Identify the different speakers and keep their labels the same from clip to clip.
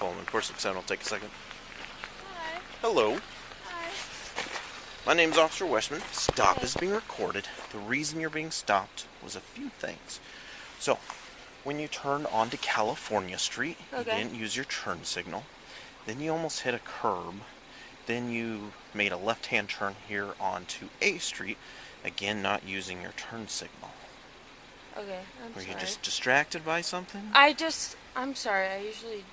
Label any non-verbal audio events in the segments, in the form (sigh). Speaker 1: Hold on, of course, the sound will take a second.
Speaker 2: Hi.
Speaker 1: Hello,
Speaker 2: Hi.
Speaker 1: my name's Officer Westman. Stop is being recorded. The reason you're being stopped was a few things. So, when you turned onto California Street,
Speaker 2: Okay.
Speaker 1: you didn't use your turn signal. Then you almost hit a curb. Then you made a left hand turn here onto A Street, again, not using your turn signal.
Speaker 2: Okay, I'm
Speaker 1: Were
Speaker 2: sorry.
Speaker 1: you just distracted by something?
Speaker 2: I just. I'm sorry. I usually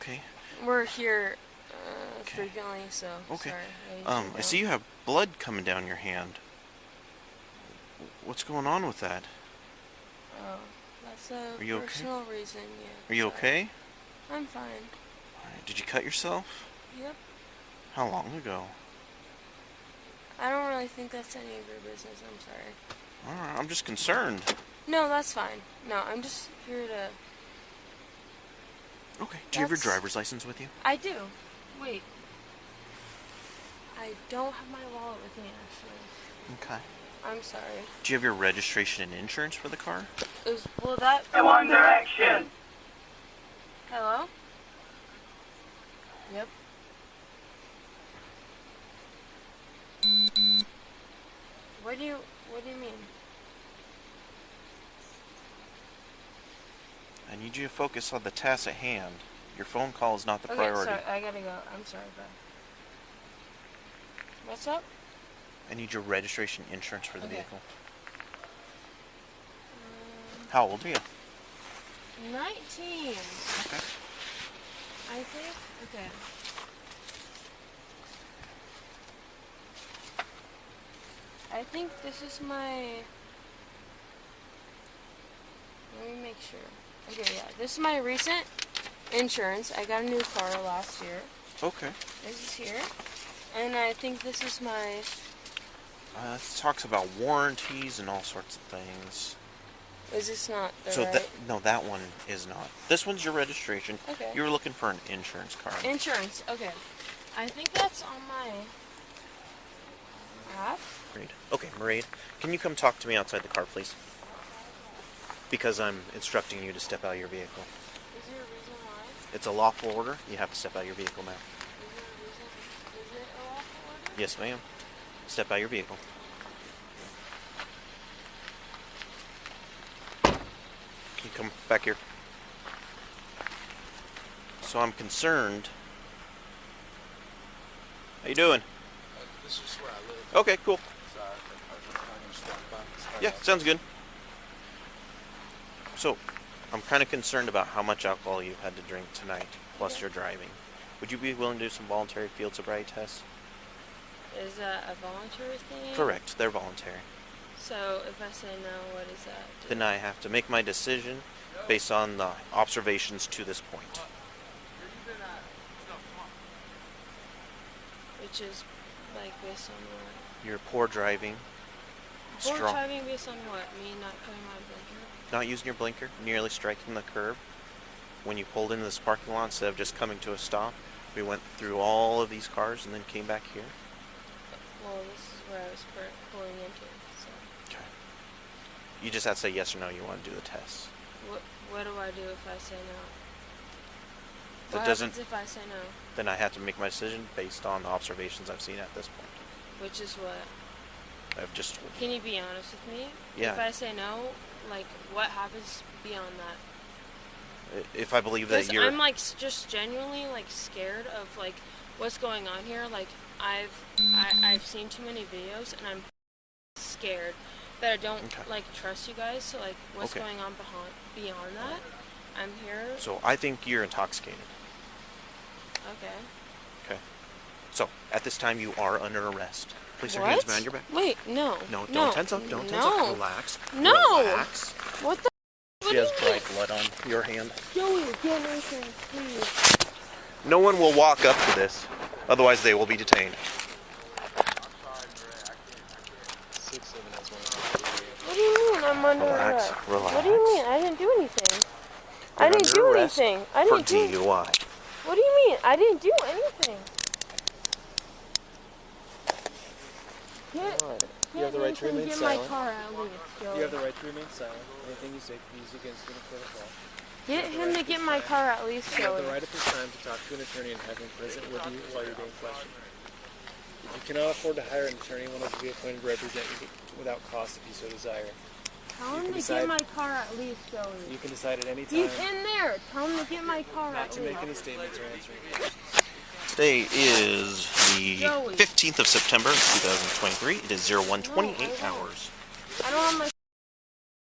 Speaker 1: Okay.
Speaker 2: we're here uh,
Speaker 1: Okay.
Speaker 2: frequently, so
Speaker 1: Okay.
Speaker 2: sorry. usually
Speaker 1: Um, I
Speaker 2: don't.
Speaker 1: see you have blood coming down your hand. What's going on with that?
Speaker 2: Oh, that's a
Speaker 1: Are you okay?
Speaker 2: personal reason. Yeah.
Speaker 1: Are you
Speaker 2: sorry.
Speaker 1: okay?
Speaker 2: I'm fine.
Speaker 1: Alright, Did you cut yourself?
Speaker 2: Yep.
Speaker 1: How long ago?
Speaker 2: I don't really think that's any of your business. I'm sorry.
Speaker 1: Alright, I'm just concerned.
Speaker 2: No, that's fine. No, I'm just here to.
Speaker 1: Okay. Do you have your
Speaker 2: That's-
Speaker 1: driver's license with you?
Speaker 2: I do. Wait. I don't have my wallet with me actually.
Speaker 1: Okay.
Speaker 2: I'm sorry.
Speaker 1: Do you have your registration and insurance for the car?
Speaker 2: It was well that.
Speaker 3: In one direction.
Speaker 2: Hello? Yep. What do you what do you mean?
Speaker 1: I need you to focus on the task at hand. Your phone call is not the
Speaker 2: okay,
Speaker 1: priority.
Speaker 2: sorry, I gotta go. I'm sorry, bro. What's up?
Speaker 1: I need your registration and insurance for the
Speaker 2: Okay.
Speaker 1: vehicle.
Speaker 2: Um,
Speaker 1: How old are you?
Speaker 2: nineteen.
Speaker 1: Okay.
Speaker 2: I think. Okay. I think this is my. Let me make sure. Okay, yeah. This is my recent insurance. I got a new car last year.
Speaker 1: Okay.
Speaker 2: This is here. And I think this is my.
Speaker 1: Uh, it talks about warranties and all sorts of things.
Speaker 2: Is this not the
Speaker 1: so
Speaker 2: right?
Speaker 1: that no, that one is not. This one's your registration.
Speaker 2: Okay.
Speaker 1: You were looking for an insurance card.
Speaker 2: Insurance. Okay. I think that's on my app.
Speaker 1: Marie. Okay, Maraid, can you come talk to me outside the car, please? Because I'm instructing you to step out of your vehicle.
Speaker 2: Is there a reason why?
Speaker 1: It's a lawful order. You have to step out of your vehicle now.
Speaker 2: Is there a reason? Is it a lawful order?
Speaker 1: Yes, ma'am. Step out of your vehicle. Can you come back here? So I'm concerned. How you doing?
Speaker 4: This is where I live,
Speaker 1: Okay, cool.
Speaker 4: so I, I was gonna stop by. and start
Speaker 1: Yeah,
Speaker 4: out.
Speaker 1: sounds good. So, I'm kind of concerned about how much alcohol you had to drink tonight, plus
Speaker 2: Yeah.
Speaker 1: your driving. Would you be willing to do some voluntary field sobriety tests?
Speaker 2: Is that a voluntary thing?
Speaker 1: Correct, they're voluntary.
Speaker 2: So if I say no, what is that? Do-
Speaker 1: Then I have to make my decision based on the observations to this point.
Speaker 2: Which is like based on what?
Speaker 1: Your poor driving,
Speaker 2: Born
Speaker 1: strong,
Speaker 2: driving based on what? Me not putting my blinker?
Speaker 1: not using your blinker, nearly striking the curb. When you pulled into this parking lot, instead of just coming to a stop, we went through all of these cars and then came back here.
Speaker 2: Well, this is where I was per- pulling into. So
Speaker 1: Okay. You just have to say yes or no you want to do the test.
Speaker 2: what what do I do if I say no?
Speaker 1: That
Speaker 2: what
Speaker 1: doesn't-
Speaker 2: happens if I say no?
Speaker 1: Then I have to make my decision based on the observations I've seen at this point.
Speaker 2: Which is what?
Speaker 1: I've just told you.
Speaker 2: Can you be honest with me?
Speaker 1: Yeah.
Speaker 2: If I say no, like what happens beyond that?
Speaker 1: I- If I believe that
Speaker 2: Because
Speaker 1: you're
Speaker 2: I'm like s- just genuinely like scared of like what's going on here. Like I've I, I've seen too many videos and I'm scared that I don't
Speaker 1: Okay.
Speaker 2: like trust you guys. So like what's
Speaker 1: Okay.
Speaker 2: going on behind beyond that? I'm here.
Speaker 1: so I think you're intoxicated.
Speaker 2: okay.
Speaker 1: Okay. So at this time you are under arrest. Place your hands behind your back.
Speaker 2: Wait, no.
Speaker 1: No, don't
Speaker 2: no,
Speaker 1: tense up. Don't tense
Speaker 2: no.
Speaker 1: up. Relax.
Speaker 2: No.
Speaker 1: Relax.
Speaker 2: What the?
Speaker 1: She has dried blood on your hand.
Speaker 2: Joey, get anything, please.
Speaker 1: No one will walk up to this, otherwise they will be detained.
Speaker 4: Six seven has one. of those.
Speaker 2: What do you mean I'm under
Speaker 1: Relax,
Speaker 2: arrest?
Speaker 1: relax.
Speaker 2: What do you mean? I didn't do anything. I
Speaker 1: You're
Speaker 2: didn't
Speaker 1: under
Speaker 2: do
Speaker 1: arrest
Speaker 2: anything. I
Speaker 1: for
Speaker 2: didn't do.
Speaker 1: DUI.
Speaker 2: What do you mean? I didn't do anything. Get,
Speaker 3: You have the right to remain
Speaker 2: get my
Speaker 3: silent.
Speaker 2: car out of here,
Speaker 3: You have
Speaker 2: Joey.
Speaker 3: the right to remain silent. Anything you say can be used against you in a court of law.
Speaker 2: Get him to get my car out, least,
Speaker 3: You have
Speaker 2: Joey.
Speaker 3: the right at this time to talk to an attorney and have him present with you while you're being questioned. If you cannot afford to hire an attorney, one will be appointed to represent you without cost if you so desire.
Speaker 2: Tell
Speaker 3: You
Speaker 2: him
Speaker 3: can
Speaker 2: to get
Speaker 3: decide.
Speaker 2: my car out, least, Joey.
Speaker 3: You can decide at any time
Speaker 2: He's in there. Tell him to get my car
Speaker 3: not
Speaker 2: out,
Speaker 3: to make any
Speaker 2: least.
Speaker 3: statements or answer any questions.
Speaker 1: Today is the
Speaker 2: Joey.
Speaker 1: 15th of September, 2023. It is
Speaker 2: No, I
Speaker 1: 0128
Speaker 2: don't.
Speaker 1: hours.
Speaker 2: I don't want my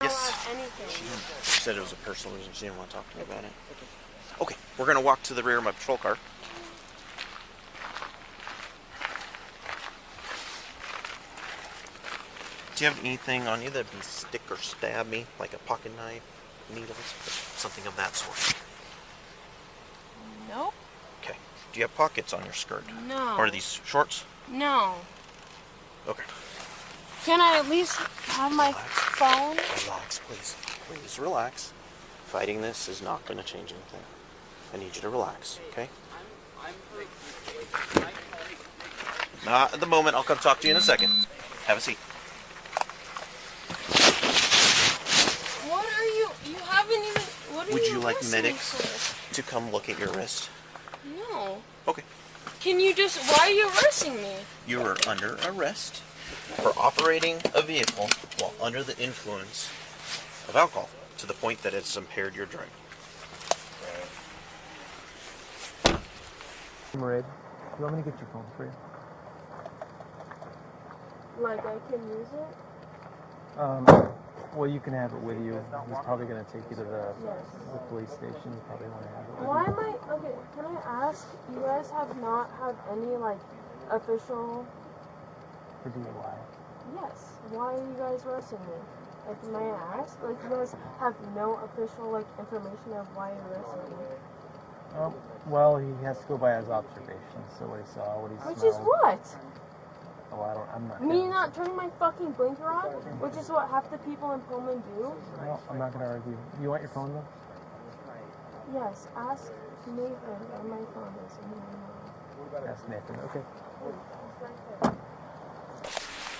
Speaker 1: Yes.
Speaker 2: car out anything.
Speaker 1: She said it was a personal reason. She didn't want to talk to me about it. Okay, we're going to walk to the rear of my patrol car. Do you have anything on you that would stick or stab me, like a pocket knife, needles, something of that sort?
Speaker 2: Nope.
Speaker 1: Okay. Do you have pockets on your skirt?
Speaker 2: No.
Speaker 1: Or these shorts?
Speaker 2: No.
Speaker 1: Okay.
Speaker 2: Can I at least have my phone?
Speaker 1: Relax, please. Please relax. Fighting this is not going to change anything. I need you to relax, okay? Not at the moment. I'll come talk to you in a second. Have a seat.
Speaker 2: What are you? You haven't even. What are
Speaker 1: Would you like
Speaker 2: arresting me
Speaker 1: medics?
Speaker 2: for?
Speaker 1: To come look at your wrist.
Speaker 2: No.
Speaker 1: Okay.
Speaker 2: Can you just? Why are you arresting me?
Speaker 1: You are under arrest for operating a vehicle while under the influence of alcohol to the point that it's impaired your driving.
Speaker 3: Red, you want me to get your phone for you?
Speaker 2: Like I can use it?
Speaker 3: Um, well, you can have it with you. He's probably going to take you to the, the police station. You probably want to have it with
Speaker 2: Why am I? Okay. Can I ask? You guys have not had any like official.
Speaker 3: you for DUI.
Speaker 2: Yes. Why are you guys arresting me? Like, may I ask? Like, you guys have no official like information of why you're arresting me.
Speaker 3: Um, well, he has to go by his observations, so what he saw, what he
Speaker 2: Which
Speaker 3: smelled.
Speaker 2: is what?
Speaker 3: Oh, I don't. I'm not.
Speaker 2: Me
Speaker 3: gonna-
Speaker 2: not turning my fucking blinker on, which is what half the people in Pullman do.
Speaker 3: Well, I'm not gonna argue. You want your phone though?
Speaker 2: Yes, ask Nathan where my phone is. and he will know.
Speaker 3: That's Nathan. Okay.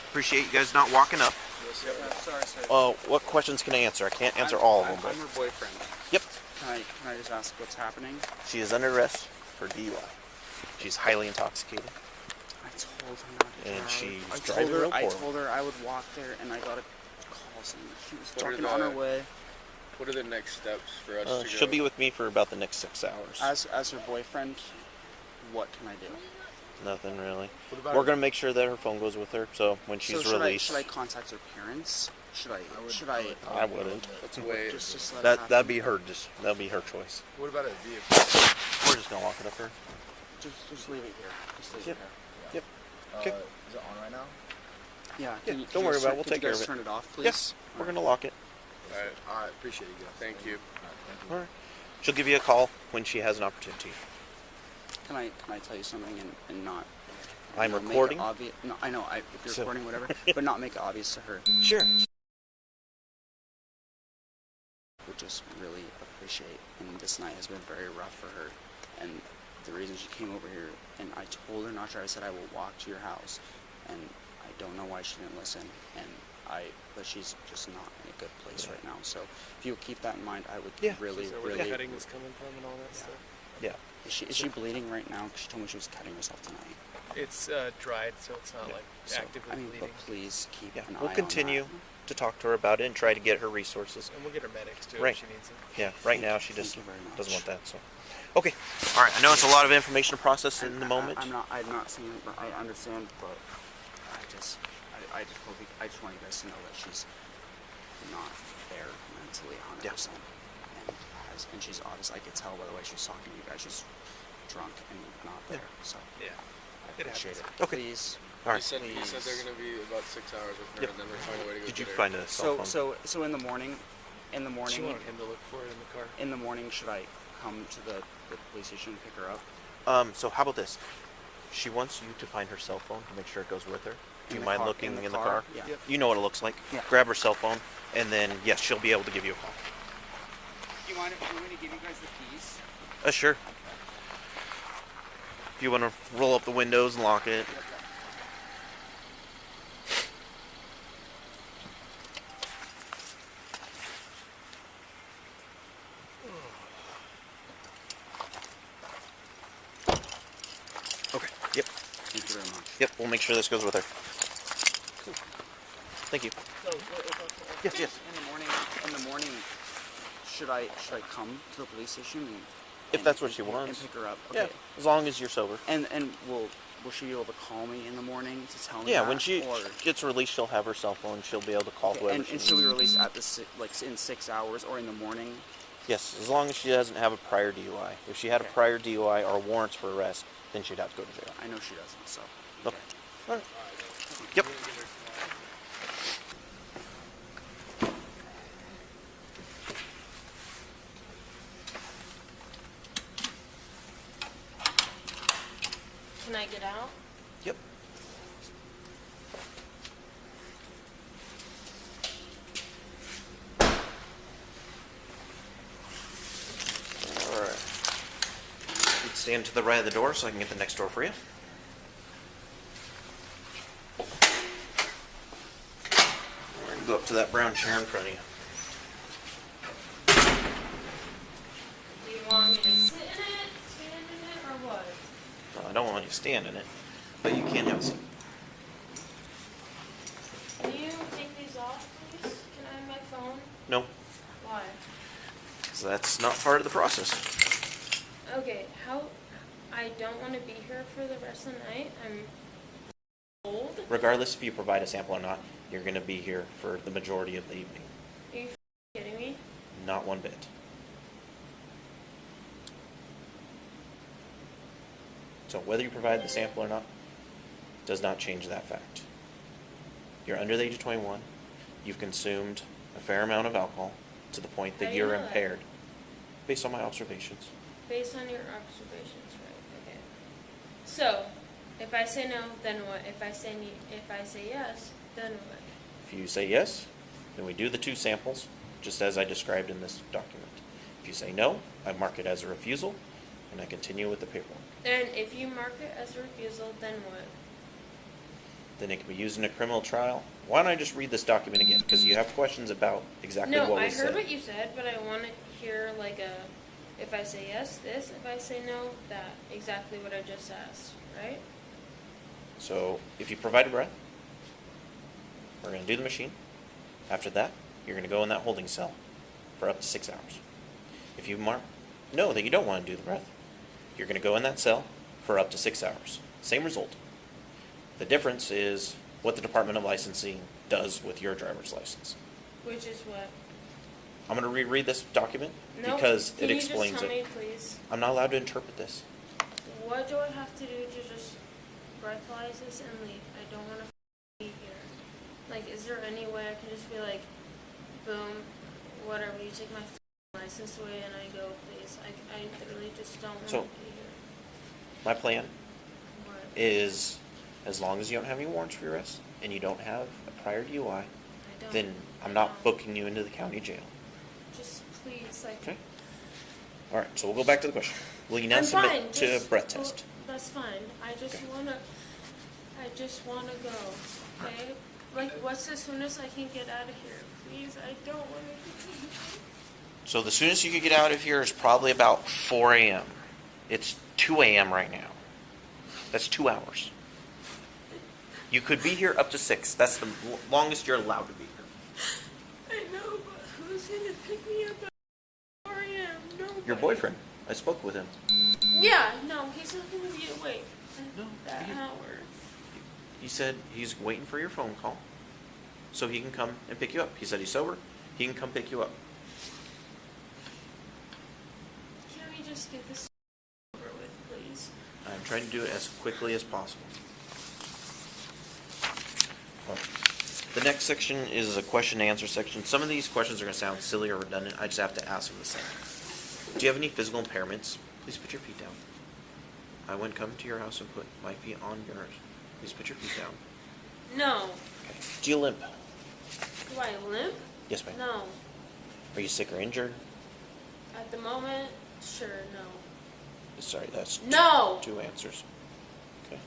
Speaker 1: Appreciate you guys not walking up.
Speaker 4: Yes, yep, I'm sorry, sir.
Speaker 1: Uh, what questions can I answer? I can't answer
Speaker 5: I'm-
Speaker 1: all of them.
Speaker 5: I'm-
Speaker 1: but-
Speaker 5: I'm her boyfriend.
Speaker 1: Yep.
Speaker 5: Can I, can I just ask what's happening?
Speaker 1: She is under arrest for DUI. She's highly intoxicated.
Speaker 5: I told her not to
Speaker 1: And
Speaker 5: drive.
Speaker 1: she's
Speaker 5: I told
Speaker 1: driving
Speaker 5: her,
Speaker 1: real
Speaker 5: I
Speaker 1: poorly.
Speaker 5: told her I would walk there and I got a call saying that she was
Speaker 4: What
Speaker 5: drunk
Speaker 4: did
Speaker 5: and on her
Speaker 4: I-
Speaker 5: way.
Speaker 4: What are the next steps for us
Speaker 1: Uh,
Speaker 4: to
Speaker 1: she'll
Speaker 4: go?
Speaker 1: be with me for about the next six hours.
Speaker 5: As, as her boyfriend, what can I do?
Speaker 1: Nothing really.
Speaker 4: What about
Speaker 1: We're gonna make sure that her phone goes with her, so when
Speaker 5: so
Speaker 1: she's
Speaker 5: should
Speaker 1: released,
Speaker 5: I, should I contact her parents? Should I,
Speaker 4: I would- uh,
Speaker 5: should I,
Speaker 1: I wouldn't.
Speaker 4: Let's wait.
Speaker 5: just, just let it
Speaker 1: That that'd
Speaker 5: happen?
Speaker 1: be her. Just that'd be her choice.
Speaker 4: What about a vehicle?
Speaker 1: We're just gonna lock it up for her.
Speaker 5: Just, just leave it here. Just leave
Speaker 1: Yep.
Speaker 5: it here.
Speaker 1: Yep.
Speaker 4: Uh,
Speaker 1: Okay.
Speaker 4: Is it on right now?
Speaker 5: Yeah, can you,
Speaker 1: don't
Speaker 5: can you
Speaker 1: worry
Speaker 5: guys
Speaker 1: about it,
Speaker 5: turn-
Speaker 1: we'll
Speaker 5: can you
Speaker 1: take care
Speaker 5: guys
Speaker 1: of it.
Speaker 5: turn it off, please?
Speaker 1: Yes, we're gonna lock it.
Speaker 4: All right. All right. Appreciate you guys. Thank you. All right, thank you.
Speaker 1: All right. She'll give you a call when she has an opportunity.
Speaker 5: Can I can I tell you something and, and not?
Speaker 1: I'm
Speaker 5: you know, make it
Speaker 1: recording.
Speaker 5: obvi- no, I know. I, if you're
Speaker 1: So- (laughs)
Speaker 5: recording, whatever, but not make it obvious to her,
Speaker 1: Sure.
Speaker 5: which is really appreciate. And this night has been very rough for her, and the reason she came over here, and I told her not to. I said I will walk to your house, and I don't know why she didn't listen. And I, but she's just not in a good place right now. So if you'll keep that in mind, I would
Speaker 1: Yeah.
Speaker 5: really,
Speaker 3: Is that where
Speaker 5: really.
Speaker 3: the heading is coming from and all that stuff?
Speaker 1: Yeah.
Speaker 5: Is she is she bleeding right now? 'Cause she told me she was cutting herself tonight.
Speaker 3: It's uh, dried, so it's not
Speaker 1: Yeah.
Speaker 3: like
Speaker 5: So,
Speaker 3: actively
Speaker 5: I mean,
Speaker 3: bleeding.
Speaker 5: but please keep
Speaker 1: Yeah.
Speaker 5: an eye
Speaker 1: We'll
Speaker 5: on
Speaker 1: continue
Speaker 5: that.
Speaker 1: to talk to her about it and try to get her resources.
Speaker 3: And we'll get her medics too
Speaker 1: Right.
Speaker 3: if she needs it.
Speaker 1: Yeah. Right
Speaker 5: Thank
Speaker 1: now
Speaker 5: you-
Speaker 1: she
Speaker 5: thank
Speaker 1: just
Speaker 5: you very
Speaker 1: doesn't want
Speaker 5: much.
Speaker 1: that. So. Okay. All right. I know it's a lot of information to process in the
Speaker 5: I- I-
Speaker 1: moment.
Speaker 5: I'm not. I'm not saying. But I understand. But I just. I, I just hope. You, I just want you guys to know that she's not there mentally, 100. percent And has. And she's obviously. I could tell by the way she's talking to you guys. She's drunk and not there. So
Speaker 3: Yeah.
Speaker 5: I
Speaker 3: It
Speaker 5: appreciate it.
Speaker 3: happens.
Speaker 1: Okay.
Speaker 5: Please.
Speaker 1: All
Speaker 4: You
Speaker 1: right.
Speaker 4: said, you said they're gonna be about six hours with her,
Speaker 1: Yep.
Speaker 4: and then we're finding a way to go.
Speaker 1: Did
Speaker 4: get
Speaker 1: you
Speaker 4: her.
Speaker 1: find a cell
Speaker 5: So
Speaker 1: phone?
Speaker 5: so so in the morning, in the morning.
Speaker 3: She wanted him to look for it in the car.
Speaker 5: in the morning, should I come to the, the police station and pick her up?
Speaker 1: Um, so how about this? She wants you to find her cell phone to make sure it goes with her. Do
Speaker 5: In
Speaker 1: you
Speaker 5: the
Speaker 1: mind
Speaker 5: car-
Speaker 1: looking
Speaker 5: in the
Speaker 1: in the
Speaker 5: car?
Speaker 1: car?
Speaker 5: Yeah.
Speaker 3: Yep.
Speaker 1: You know what it looks like.
Speaker 5: Yeah.
Speaker 1: Grab her cell phone, and then yes, she'll be able to give you a call.
Speaker 5: Do you mind if I'm going to give you guys the keys?
Speaker 1: Uh, sure. If you want to roll up the windows and lock it. Okay. Yep.
Speaker 5: Thank you very much.
Speaker 1: Yep. We'll make sure this goes with her. Thank you. Yes. Yes.
Speaker 5: In the morning, in the morning, should I should I come to the police station? And,
Speaker 1: If
Speaker 5: and-
Speaker 1: that's what she
Speaker 5: and-
Speaker 1: wants.
Speaker 5: And pick her up.
Speaker 1: Yeah.
Speaker 5: Okay.
Speaker 1: As long as you're sober.
Speaker 5: And and will will she be able to call me in the morning to tell me?
Speaker 1: Yeah.
Speaker 5: that,
Speaker 1: When she
Speaker 5: or,
Speaker 1: gets released, she'll have her cell phone. She'll be able to call
Speaker 5: Okay,
Speaker 1: whoever
Speaker 5: and,
Speaker 1: she
Speaker 5: and
Speaker 1: needs.
Speaker 5: she'll be released at the si- like in six hours or in the morning.
Speaker 1: Yes, as long as she doesn't have a prior DUI. If she had a
Speaker 5: Okay.
Speaker 1: prior DUI or warrants for arrest, then she'd have to go to jail.
Speaker 5: I know she doesn't. So.
Speaker 1: Okay. All right. Yep.
Speaker 2: Can I get out?
Speaker 1: Yep. All right. You'd stand to the right of the door so I can get the next door for you. We're gonna Go up to that brown chair in front of you.
Speaker 2: Do you want me to sit in it, stand in it, or what?
Speaker 1: Well, I don't want you standing it, but you can have a seat.
Speaker 2: Can you take these off, please? Can I have my phone?
Speaker 1: No,
Speaker 2: Why?
Speaker 1: So that's not part of the process.
Speaker 2: Okay, how, I don't want to be here for the rest of the night. I'm old.
Speaker 1: Regardless if you provide a sample or not, you're going to be here for the majority of the evening.
Speaker 2: Are you f- kidding me?
Speaker 1: Not one bit. So whether you provide the sample or not does not change that fact. You're under the age of 21. You've consumed a fair amount of alcohol to the point
Speaker 2: How
Speaker 1: that
Speaker 2: do you
Speaker 1: you're
Speaker 2: know that?
Speaker 1: impaired, based on my observations.
Speaker 2: Based on your observations, right? Okay. So, if I say no, then what? If I say ne- if I say yes, then what?
Speaker 1: If you say yes, then we do the two samples, just as I described in this document. If you say no, I mark it as a refusal, and I continue with the paperwork.
Speaker 2: And if you mark it as a refusal, then what?
Speaker 1: Then it can be used in a criminal trial. Why don't I just read this document again? Because you have questions about exactly
Speaker 2: no,
Speaker 1: what
Speaker 2: I
Speaker 1: was
Speaker 2: heard
Speaker 1: said.
Speaker 2: what you said, but I want to hear like a if I say yes, this. If I say no, that. Exactly what I just asked, right?
Speaker 1: So if you provide a breath, we're going to do the machine. After that, you're going to go in that holding cell for up to six hours. If you mark no that you don't want to do the breath, you're going to go in that cell for up to six hours. Same result. The difference is what the Department of Licensing does with your driver's license.
Speaker 2: Which is what?
Speaker 1: I'm going to reread this document
Speaker 2: No.
Speaker 1: because
Speaker 2: Can
Speaker 1: it
Speaker 2: you
Speaker 1: explains
Speaker 2: just tell
Speaker 1: it.
Speaker 2: me, please?
Speaker 1: I'm not allowed to interpret this.
Speaker 2: What do I have to do to just breathalyze this and leave? I don't want to be here. Like, is there any way I can just be like, boom, whatever, you take my f***ing license away and I go, please? I, I literally just don't want
Speaker 1: So-
Speaker 2: to be here.
Speaker 1: My plan
Speaker 2: What?
Speaker 1: is as long as you don't have any warrants for your arrest and you don't have a prior DUI,
Speaker 2: I don't.
Speaker 1: then I'm
Speaker 2: I
Speaker 1: not
Speaker 2: don't.
Speaker 1: booking you into the county jail.
Speaker 2: Just please, like.
Speaker 1: Okay? All right, so we'll go back to the question. Will you now
Speaker 2: I'm
Speaker 1: submit
Speaker 2: fine,
Speaker 1: to a
Speaker 2: just
Speaker 1: breath
Speaker 2: go-
Speaker 1: test?
Speaker 2: That's fine. I just
Speaker 1: Okay.
Speaker 2: wanna, I just wanna go. Okay. Like, what's the soonest I can get out of here? Please, I don't want to.
Speaker 1: So the soonest you could get out of here is probably about 4 a.m. It's 2 a.m. right now. That's two hours. You could be here up to six. That's the l- longest you're allowed to be here.
Speaker 2: I know, but who's gonna pick me up at 4 a.m.? Nobody.
Speaker 1: Your boyfriend. I spoke with him.
Speaker 2: Yeah, no, he's not gonna be awake at
Speaker 1: No,
Speaker 2: that
Speaker 1: he-
Speaker 2: hour.
Speaker 1: He said he's waiting for your phone call so he can come and pick you up. He said he's sober. He can come pick you up.
Speaker 2: Can we just get this over with, please?
Speaker 1: I'm trying to do it as quickly as possible. Oh, The next section is a question and answer section. Some of these questions are going to sound silly or redundant. I just have to ask them the same. Do you have any physical impairments? Please put your feet down. I would come to your house and put my feet on yours. Please put your feet down.
Speaker 2: No.
Speaker 1: Okay. Do you limp?
Speaker 2: Do I limp?
Speaker 1: Yes, ma'am.
Speaker 2: No.
Speaker 1: Are you sick or injured?
Speaker 2: At the moment, sure, no.
Speaker 1: Sorry, that's two-
Speaker 2: No!
Speaker 1: two answers. Okay.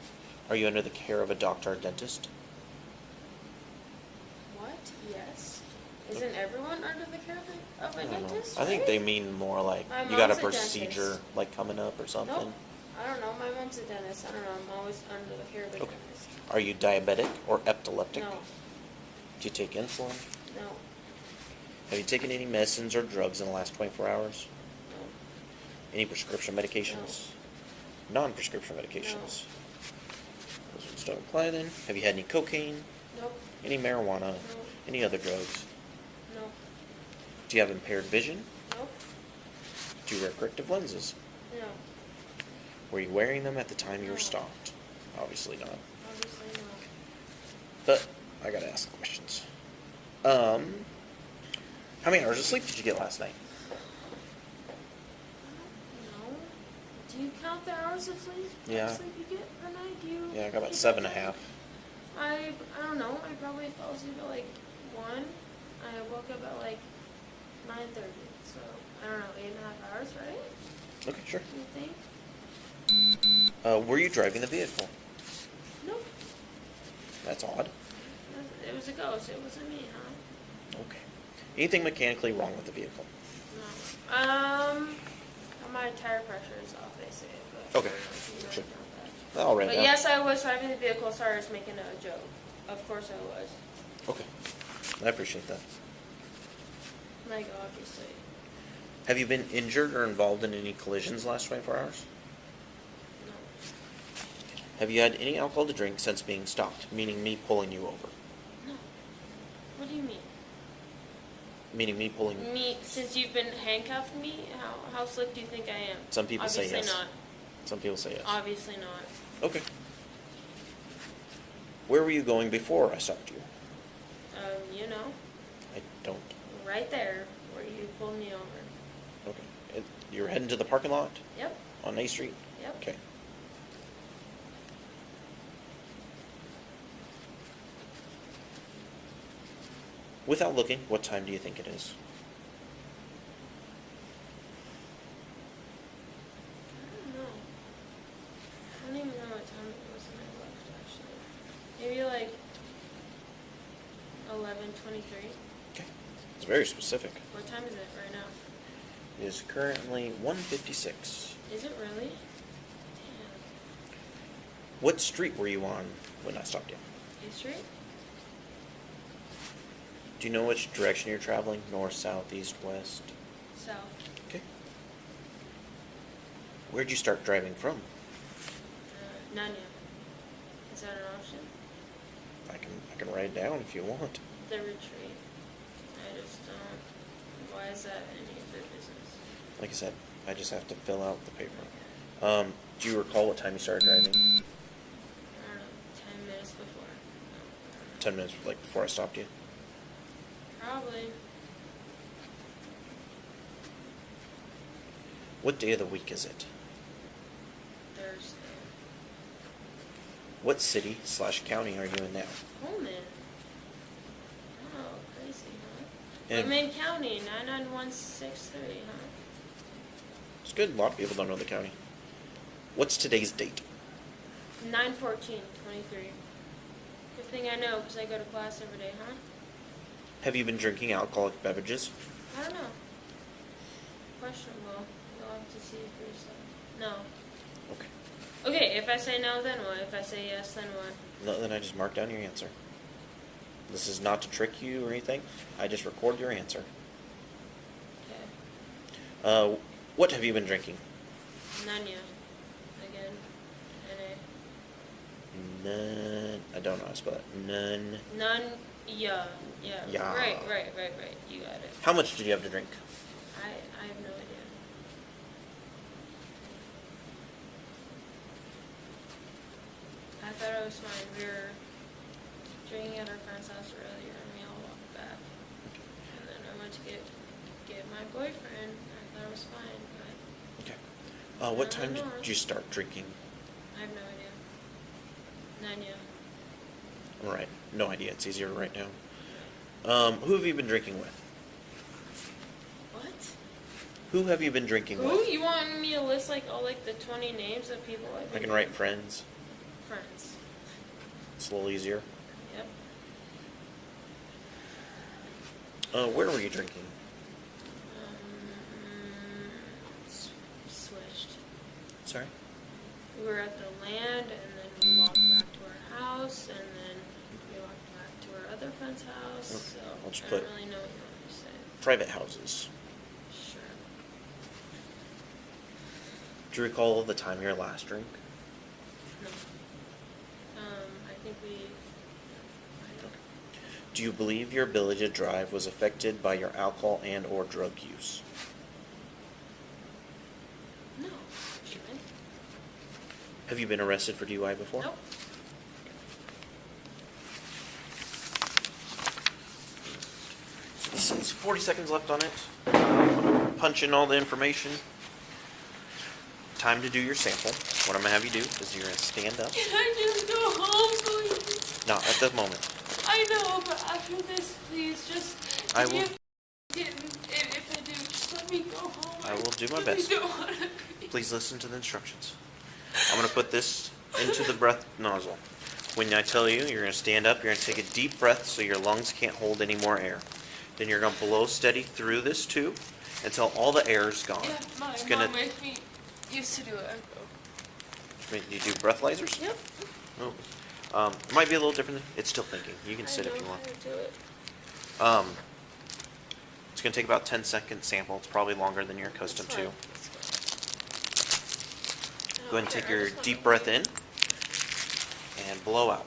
Speaker 1: Are you under the care of a doctor or dentist?
Speaker 2: What? Yes. Isn't everyone under the care of a, of a
Speaker 1: I don't know.
Speaker 2: dentist?
Speaker 1: I think
Speaker 2: right?
Speaker 1: they mean more like
Speaker 2: My
Speaker 1: you got a
Speaker 2: mom's a dentist.
Speaker 1: procedure like coming up or something.
Speaker 2: Nope. I don't know. My mom's a dentist. I don't know. I'm always under the care of a
Speaker 1: Okay.
Speaker 2: dentist.
Speaker 1: Are you diabetic or epileptic?
Speaker 2: No.
Speaker 1: Do you take insulin?
Speaker 2: No.
Speaker 1: Have you taken any medicines or drugs in the last 24 hours?
Speaker 2: No.
Speaker 1: Any prescription medications? Non-prescription medications? Those ones don't apply then. Have you had any cocaine?
Speaker 2: Nope.
Speaker 1: Any marijuana? Any other drugs?
Speaker 2: Nope.
Speaker 1: Do you have impaired vision?
Speaker 2: Nope.
Speaker 1: Do you wear corrective lenses?
Speaker 2: No.
Speaker 1: Were you wearing them at the time you were
Speaker 2: No.
Speaker 1: stopped? Obviously not.
Speaker 2: Obviously not.
Speaker 1: But I gotta ask questions. Um, how many hours of sleep did you get last night?
Speaker 2: No. Do you count the hours of sleep?
Speaker 1: Yeah.
Speaker 2: Sleep you get per night? Do you?
Speaker 1: Yeah, I got about seven and a half.
Speaker 2: I I don't know. I probably fell asleep at like one. I woke up at like nine thirty. So I don't know, eight and a half hours, right?
Speaker 1: Okay, sure.
Speaker 2: Do you think?
Speaker 1: Uh, were you driving the vehicle?
Speaker 2: Nope.
Speaker 1: That's odd.
Speaker 2: That's- It was a ghost. It wasn't me, huh?
Speaker 1: Okay. Anything mechanically wrong with the vehicle?
Speaker 2: No. Um. My tire pressure is off. They say. But
Speaker 1: Okay.
Speaker 2: I don't know if you
Speaker 1: Sure.
Speaker 2: really count that.
Speaker 1: All right.
Speaker 2: But
Speaker 1: now-
Speaker 2: yes, I was driving the vehicle. Sorry, I was making a joke. Of course I was.
Speaker 1: Okay. I appreciate that.
Speaker 2: Like obviously.
Speaker 1: Have you been injured or involved in any collisions the last 24 hours?
Speaker 2: No.
Speaker 1: Have you had any alcohol to drink since being stopped, meaning me pulling you over?
Speaker 2: No. What do you mean?
Speaker 1: Meaning me pulling
Speaker 2: Me, since you've been handcuffed me, how, how slick do you think I am?
Speaker 1: Some people say
Speaker 2: Obviously
Speaker 1: yes.
Speaker 2: not.
Speaker 1: Some people say yes.
Speaker 2: Obviously not.
Speaker 1: Okay. Where were you going before I stopped you?
Speaker 2: Um, you know,
Speaker 1: I don't.
Speaker 2: right there where you pulled me over.
Speaker 1: Okay. And You were heading to the parking lot
Speaker 2: Yep,
Speaker 1: on A Street?
Speaker 2: yep.
Speaker 1: Okay. Without looking, what time do you think it is?
Speaker 2: I don't know. I don't even know what time it was when I left, actually. Maybe like eleven twenty-three.
Speaker 1: Okay. It's very specific.
Speaker 2: What time is it right now?
Speaker 1: It is currently 1:56.
Speaker 2: Is it really? Damn.
Speaker 1: What street were you on when I stopped you?
Speaker 2: A Street?
Speaker 1: Do you know which direction you're traveling? North, south, east, west?
Speaker 2: South.
Speaker 1: Okay. Where'd you start driving from?
Speaker 2: Uh, Nanya. Is that an option?
Speaker 1: I can I can write it down if you want.
Speaker 2: The retreat. I just don't. Why is that any of their business?
Speaker 1: Like I said, I just have to fill out the paper. Um, do you recall what time you started driving?
Speaker 2: I don't know. Ten minutes before. Uh, No,
Speaker 1: Ten minutes like before I stopped you.
Speaker 2: I don't know. Probably.
Speaker 1: What day of the week is it?
Speaker 2: Thursday.
Speaker 1: What city slash county are you in now?
Speaker 2: Pullman. Oh, crazy, huh?
Speaker 1: And-
Speaker 2: Pullman County, 99163, huh?
Speaker 1: It's good. A lot of people don't know the county. What's today's date?
Speaker 2: 914, 23. Good thing I know, because I go to class every day, huh?
Speaker 1: Have you been drinking alcoholic beverages?
Speaker 2: I don't know. Questionable. You'll have to see for yourself. No.
Speaker 1: Okay.
Speaker 2: Okay, if I say no, then what? If I say yes, then what?
Speaker 1: No, then I just mark down your answer. This is not to trick you or anything. I just record your answer.
Speaker 2: Okay.
Speaker 1: Uh, what have you been drinking?
Speaker 2: Nanya. Again. N-A.
Speaker 1: None. I don't know how to spell that. None.
Speaker 2: None. Yeah. Yeah.
Speaker 1: Yeah.
Speaker 2: Right, right, right, right. You got it.
Speaker 1: How much did you have to drink?
Speaker 2: I, I have no idea. I thought I was fine. We were drinking at our friend's house earlier, and we all walked back. And then I went to get get my boyfriend. I thought it was fine, but
Speaker 1: Okay. Uh, what
Speaker 2: No,
Speaker 1: time
Speaker 2: no,
Speaker 1: did
Speaker 2: no.
Speaker 1: you start drinking?
Speaker 2: I have no idea. None yet.
Speaker 1: All right. No idea. It's easier right now. Um, who have you been drinking with?
Speaker 2: What?
Speaker 1: Who have you been drinking
Speaker 2: Ooh,
Speaker 1: with?
Speaker 2: you want me to list like all like the twenty names of people I've
Speaker 1: I
Speaker 2: been
Speaker 1: can write friends.
Speaker 2: friends.
Speaker 1: It's a little easier.
Speaker 2: Yep.
Speaker 1: Uh, where were you drinking?
Speaker 2: Um, s- switched.
Speaker 1: Sorry.
Speaker 2: We were at the land, and then we walked back to our house, and then we walked back to our other friend's house.
Speaker 1: Okay,
Speaker 2: So
Speaker 1: I'll just
Speaker 2: I don't
Speaker 1: put-
Speaker 2: really know what you want me to say.
Speaker 1: Private houses.
Speaker 2: Sure.
Speaker 1: Do you recall the time your last drink?
Speaker 2: No. Um, I think we. I don't.
Speaker 1: Do you believe your ability to drive was affected by your alcohol and/or drug use?
Speaker 2: No. Actually.
Speaker 1: Have you been arrested for DUI before?
Speaker 2: Nope.
Speaker 1: This is 40 seconds left on it. Punch in all the information. Time to do your sample. What I'm gonna have you do is you're gonna stand up.
Speaker 2: Can (laughs) I just go home, please?
Speaker 1: Not at the moment.
Speaker 2: I know, but uh, after this, please just.
Speaker 1: I
Speaker 2: if
Speaker 1: will-
Speaker 2: you didn't, and if I do, just let me go home.
Speaker 1: I will do my
Speaker 2: (laughs) really
Speaker 1: best.
Speaker 2: don't wanna be-
Speaker 1: Please listen to the instructions. I'm gonna put this into the breath nozzle. When I tell you, you're gonna stand up, you're gonna take a deep breath so your lungs can't hold any more air. Then you're gonna blow steady through this tube until all the air is gone.
Speaker 2: Yeah, my
Speaker 1: It's
Speaker 2: mom
Speaker 1: gonna,
Speaker 2: made me used to do it. I'd go.
Speaker 1: do you do breathalyzers?
Speaker 2: Yep.
Speaker 1: No. Um, it might be a little different. It's still thinking. You can sit if you want. Um, it's gonna take about 10 second sample. It's probably longer than you're accustomed to. Go ahead and take your deep breath in and blow out.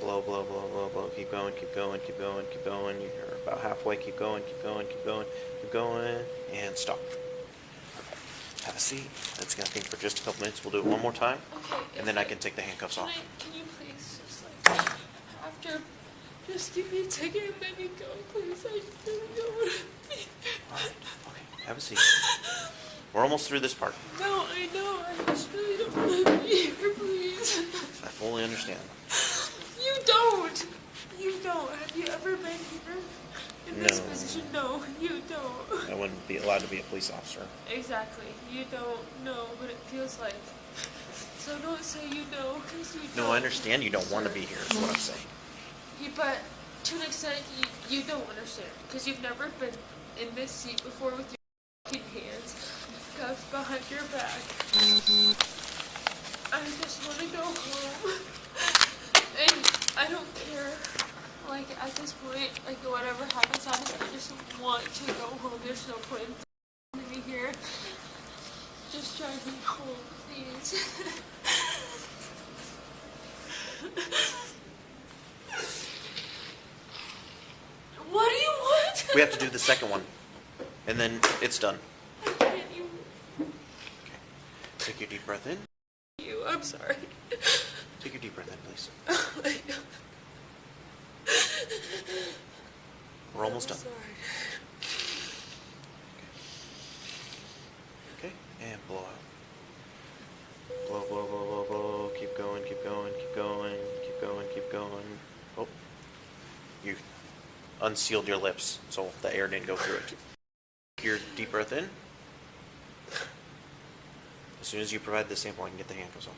Speaker 1: Blow, blow, blow, blow, blow. Keep going, keep going, keep going, keep going. You're about halfway. Keep going, keep going, keep going, keep going, and stop. Have a seat. That's gonna think for just a couple minutes. We'll do it one more time,
Speaker 2: Okay.
Speaker 1: and then I can take the handcuffs
Speaker 2: Can,
Speaker 1: off.
Speaker 2: I, can you please just like after just give me a ticket and let me go, please? I just don't know what I mean.
Speaker 1: Okay, have a seat. We're almost through this part.
Speaker 2: No, I know. I just really don't want to be here, please.
Speaker 1: I fully understand.
Speaker 2: You don't. You don't. Have you ever been here in this
Speaker 1: No.
Speaker 2: position? No, you don't.
Speaker 1: I wouldn't be allowed to be a police officer.
Speaker 2: Exactly. You don't know what it feels like. So don't say you know, because you don't.
Speaker 1: No, I understand you don't want to be here, is what I'm saying.
Speaker 2: You, but to an extent, you, you don't understand, because you've never been in this seat before with your fucking hands cuffed behind your back. I just want to go home. And I don't care. Like, at this point, like, whatever happens, happens. I just want to go home. There's no point in me here. Just drive me home, please. (laughs) What do you want?
Speaker 1: We have to
Speaker 2: (laughs)
Speaker 1: do the second one, and then it's done.
Speaker 2: I can't even
Speaker 1: Take your deep breath in.
Speaker 2: you. I'm sorry. (laughs)
Speaker 1: Take your deep breath in, please. We're almost done. Okay, and blow out. Blow, blow, blow, blow, blow. Keep going, keep going, keep going, keep going, keep going. Oh, you unsealed your lips, so the air didn't go through it. Take Your deep breath in. As soon as you provide the sample, I can get the handcuffs off.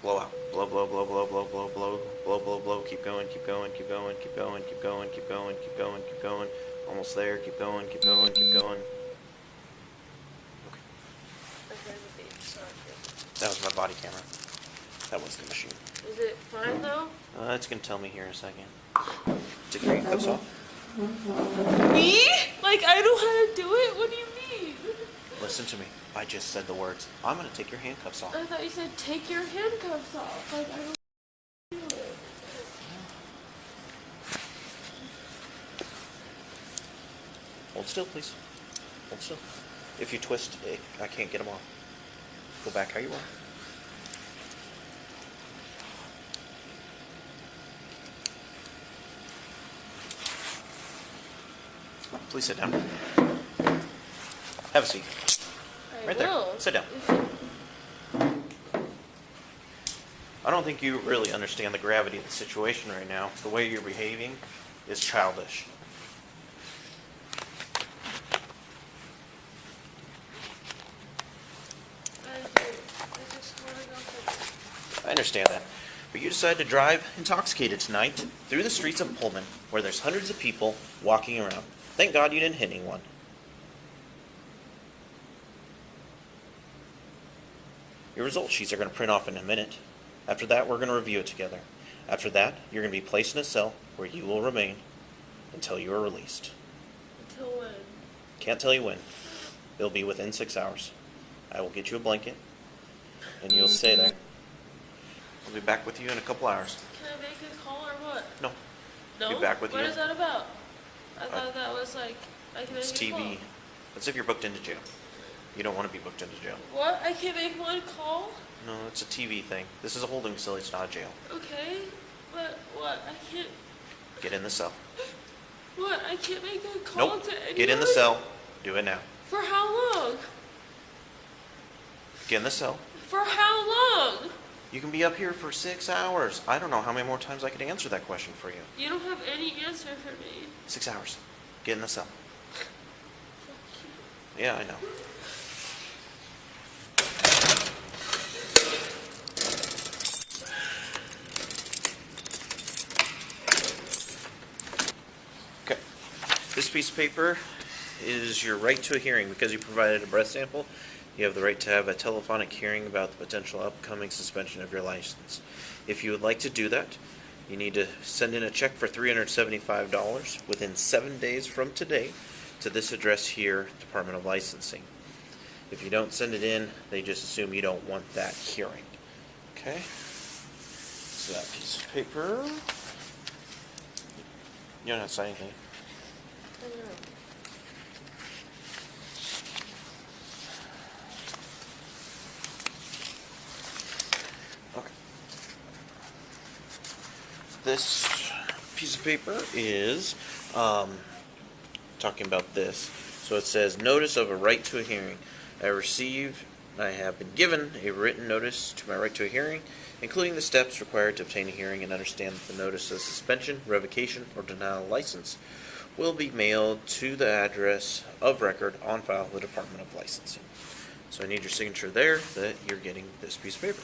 Speaker 1: Blow out. Blow, blow, blow, blow, blow, blow, blow, blow, blow, blow. Keep going, keep going, keep going, keep going, keep going, keep going, keep going, keep going. Almost there. Keep going, keep going, keep going. Okay. That was my body camera. That was the machine.
Speaker 2: Is it fine though?
Speaker 1: Uh, it's gonna tell me here in a second. Take your handcuffs off.
Speaker 2: Me? Like I know how to do it? What do you mean?
Speaker 1: Listen to me. I just said the words. I'm gonna take your handcuffs off.
Speaker 2: I thought you said take your handcuffs off. Like I don't do it.
Speaker 1: Hold still, please. Hold still. If you twist, eh, I can't get them off. Go back how you are. Please sit down. Have a seat.
Speaker 2: I
Speaker 1: Right there.
Speaker 2: will.
Speaker 1: Sit down. I don't think you really understand the gravity of the situation right now. The way you're behaving is childish.
Speaker 2: I do. I just want to go home.
Speaker 1: I understand that. But you decide to drive intoxicated tonight through the streets of Pullman, where there's hundreds of people walking around. Thank God you didn't hit anyone. Your result sheets are going to print off in a minute. After that, we're going to review it together. After that, you're going to be placed in a cell where you will remain until you are released.
Speaker 2: Until when?
Speaker 1: Can't tell you when. It'll be within six hours. I will get you a blanket, and you'll stay there. We'll be back with you in a couple hours.
Speaker 2: Can I make a call or what?
Speaker 1: No,
Speaker 2: No?
Speaker 1: back with
Speaker 2: What
Speaker 1: you. Uh,
Speaker 2: is that about? I thought that was like, I can make
Speaker 1: it's
Speaker 2: a call.
Speaker 1: TV. That's if you're booked into jail. You don't want to be booked into jail.
Speaker 2: What? I can make one call?
Speaker 1: No, it's a TV thing. This is a holding cell. It's not a jail.
Speaker 2: Okay. But what? I can't.
Speaker 1: Get in the cell.
Speaker 2: What? I can't make a call
Speaker 1: Nope.
Speaker 2: to anyone?
Speaker 1: Get in the cell. Do it now.
Speaker 2: For how long?
Speaker 1: Get in the cell.
Speaker 2: For how long?
Speaker 1: You can be up here for six hours. I don't know how many more times I could answer that question for you.
Speaker 2: You don't have any answer for me.
Speaker 1: Six hours. Get in the cell.
Speaker 2: Fuck you.
Speaker 1: Yeah, I know. Okay. This piece of paper is your right to a hearing. Because you provided a breath sample, you have the right to have a telephonic hearing about the potential upcoming suspension of your license. If you would like to do that, you need to send in a check for $375 within seven days from today to this address here, Department of Licensing. If you don't send it in, they just assume you don't want that hearing. Okay? So that piece of paper. You don't have to sign anything. Okay. This piece of paper is um, talking about this. So it says, Notice of a right to a hearing. I receive, I have been given a written notice to my right to a hearing, including the steps required to obtain a hearing and understand that the notice of suspension, revocation, or denial of license will be mailed to the address of record on file with the Department of Licensing. So I need your signature there that you're getting this piece of paper.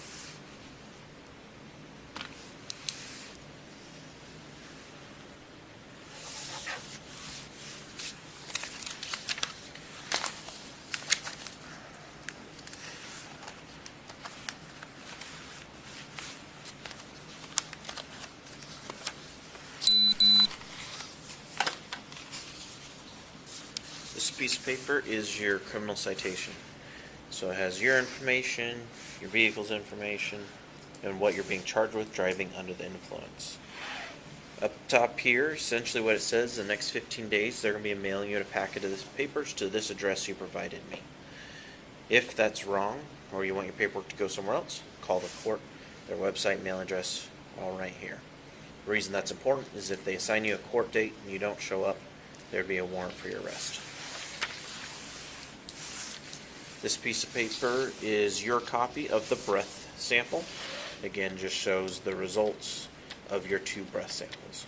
Speaker 1: This piece of paper is your criminal citation. So it has your information, your vehicle's information, and what you're being charged with driving under the influence. Up top here, essentially what it says, the next 15 days, they're going to be mailing you a packet of this papers to this address you provided me. If that's wrong, or you want your paperwork to go somewhere else, call the court, their website, mail address, all right here. The reason that's important is if they assign you a court date and you don't show up, there'd be a warrant for your arrest. This piece of paper is your copy of the breath sample. Again, just shows the results of your two breath samples.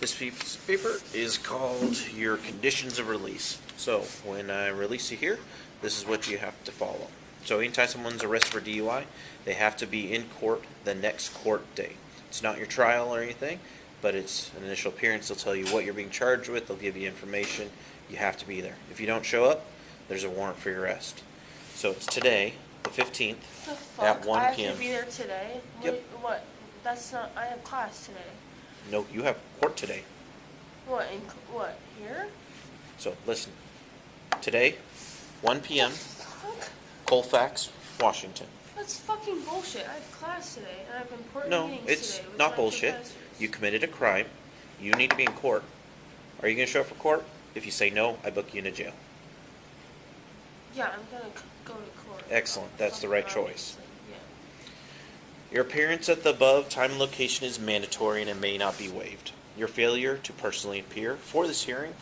Speaker 1: This piece of paper is called your conditions of release. So when I release you here, this is what you have to follow. So anytime someone's arrested for DUI, they have to be in court the next court day. It's not your trial or anything, but it's an initial appearance. They'll tell you what you're being charged with. They'll give you information. You have to be there. If you don't show up, there's a warrant for your arrest. So it's today, the 15th,
Speaker 2: The fuck?
Speaker 1: At 1
Speaker 2: I have
Speaker 1: p.m..
Speaker 2: to be there today?
Speaker 1: Yep.
Speaker 2: Wait, what? That's not. I have class today.
Speaker 1: No, you have court today.
Speaker 2: What? In, cl- what? Here?
Speaker 1: So listen, today, 1 p.m.,
Speaker 2: Fuck.
Speaker 1: Colfax, Washington.
Speaker 2: That's fucking bullshit. I have class today, and I have important
Speaker 1: No,
Speaker 2: meetings
Speaker 1: it's
Speaker 2: today with
Speaker 1: not
Speaker 2: my
Speaker 1: bullshit.
Speaker 2: professors.
Speaker 1: You committed a crime. You need to be in court. Are you going to show up for court? If you say no, I book you into jail.
Speaker 2: Yeah, I'm gonna c- go to court.
Speaker 1: Excellent. That's the
Speaker 2: Fucking
Speaker 1: right choice.
Speaker 2: obviously, Yeah.
Speaker 1: Your appearance at the above time and location is mandatory and it may not be waived. Your failure to personally appear for this hearing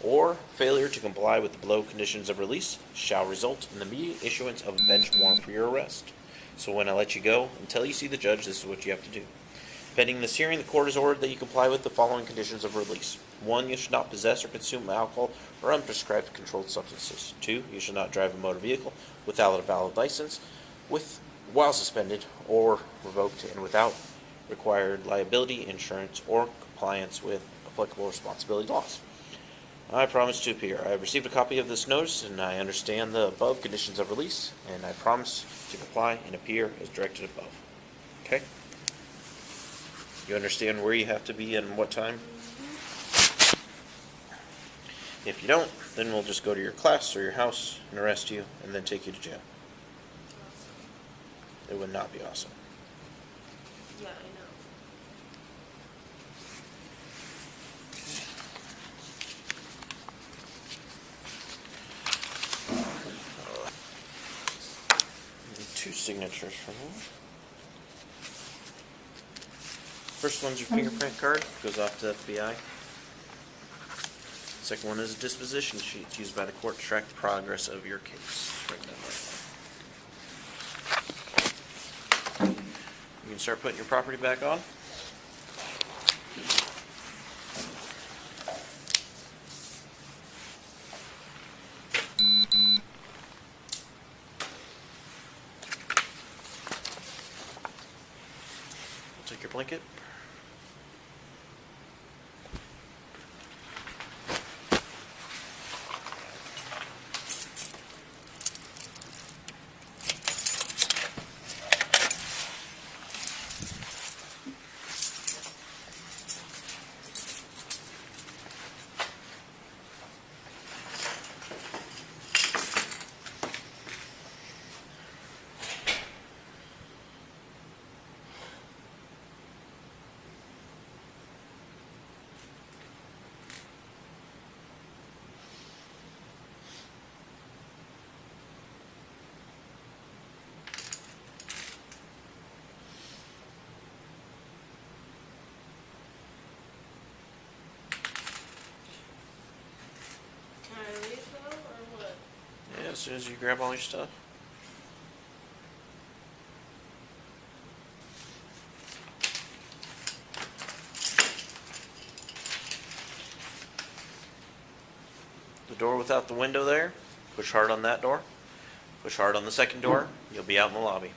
Speaker 1: or failure to comply with the below conditions of release shall result in the immediate issuance of a bench warrant for your arrest. So when I let you go, until you see the judge, this is what you have to do. Pending this hearing, the court has ordered that you comply with the following conditions of release. One, you should not possess or consume alcohol or unprescribed controlled substances. Two, you should not drive a motor vehicle without a valid license, with while suspended or revoked, and without required liability insurance or compliance with applicable responsibility laws. I promise to appear. I have received a copy of this notice, and I understand the above conditions of release, and I promise to comply and appear as directed above. Okay? You understand where you have to be and what time? If you don't, then we'll just go to your class or your house and arrest you and then take you to jail. It would not be awesome.
Speaker 2: Yeah, I know.
Speaker 1: Need Two signatures from you. First one's your fingerprint card, goes off to FBI. Second one is a disposition sheet It's used by the court to track the progress of your case. Right down there. You can start putting your property back on. Take your blanket.
Speaker 2: Can I leave though, or what?
Speaker 1: Yeah, as soon as you grab all your stuff. The door without the window there, push hard on that door. Push hard on the second door, you'll be out in the lobby.